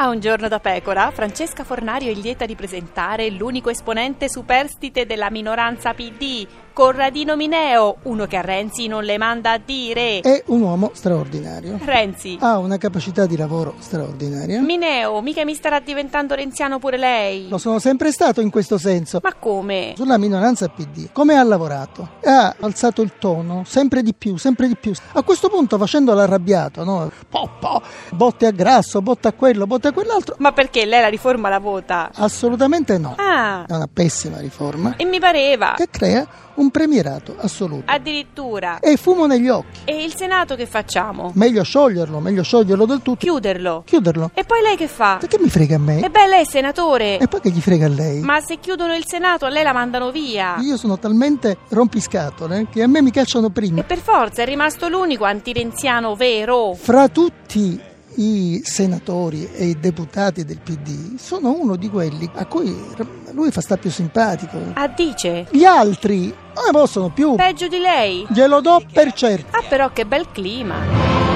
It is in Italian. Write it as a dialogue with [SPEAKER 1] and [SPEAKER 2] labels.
[SPEAKER 1] A Un giorno da pecora, Francesca Fornario è lieta di presentare l'unico esponente superstite della minoranza PD, Corradino Mineo, uno che a Renzi non le manda a dire.
[SPEAKER 2] È un uomo straordinario.
[SPEAKER 1] Renzi.
[SPEAKER 2] Ha una capacità di lavoro straordinaria.
[SPEAKER 1] Mineo, mica mi starà diventando renziano pure lei.
[SPEAKER 2] Lo sono sempre stato in questo senso.
[SPEAKER 1] Ma come?
[SPEAKER 2] Sulla minoranza PD, come ha lavorato? Ha alzato il tono sempre di più, sempre di più. A questo punto, facendo l'arrabbiato, no? Po, po, botte a grasso, botte a quello, botte a quell'altro.
[SPEAKER 1] Ma perché lei la riforma la vota?
[SPEAKER 2] Assolutamente no.
[SPEAKER 1] Ah,
[SPEAKER 2] È una pessima riforma
[SPEAKER 1] e mi pareva.
[SPEAKER 2] che crea un premierato assoluto.
[SPEAKER 1] Addirittura.
[SPEAKER 2] E fumo negli occhi.
[SPEAKER 1] E il Senato che facciamo?
[SPEAKER 2] Meglio scioglierlo, meglio scioglierlo del tutto.
[SPEAKER 1] Chiuderlo.
[SPEAKER 2] Chiuderlo.
[SPEAKER 1] E poi lei che fa?
[SPEAKER 2] E Che mi frega a
[SPEAKER 1] E
[SPEAKER 2] me?
[SPEAKER 1] beh, lei è senatore.
[SPEAKER 2] E poi che gli frega a lei?
[SPEAKER 1] Ma se chiudono il Senato, a lei la mandano via.
[SPEAKER 2] Io sono talmente rompiscatole che a me mi cacciano prima.
[SPEAKER 1] E per forza è rimasto l'unico antirenziano vero.
[SPEAKER 2] Fra tutti i senatori e i deputati del PD, sono uno di quelli a cui lui fa sta più simpatico.
[SPEAKER 1] Ah, dice?
[SPEAKER 2] Gli altri non ne possono più.
[SPEAKER 1] Peggio di lei?
[SPEAKER 2] Glielo do per certo.
[SPEAKER 1] Ah, però che bel clima.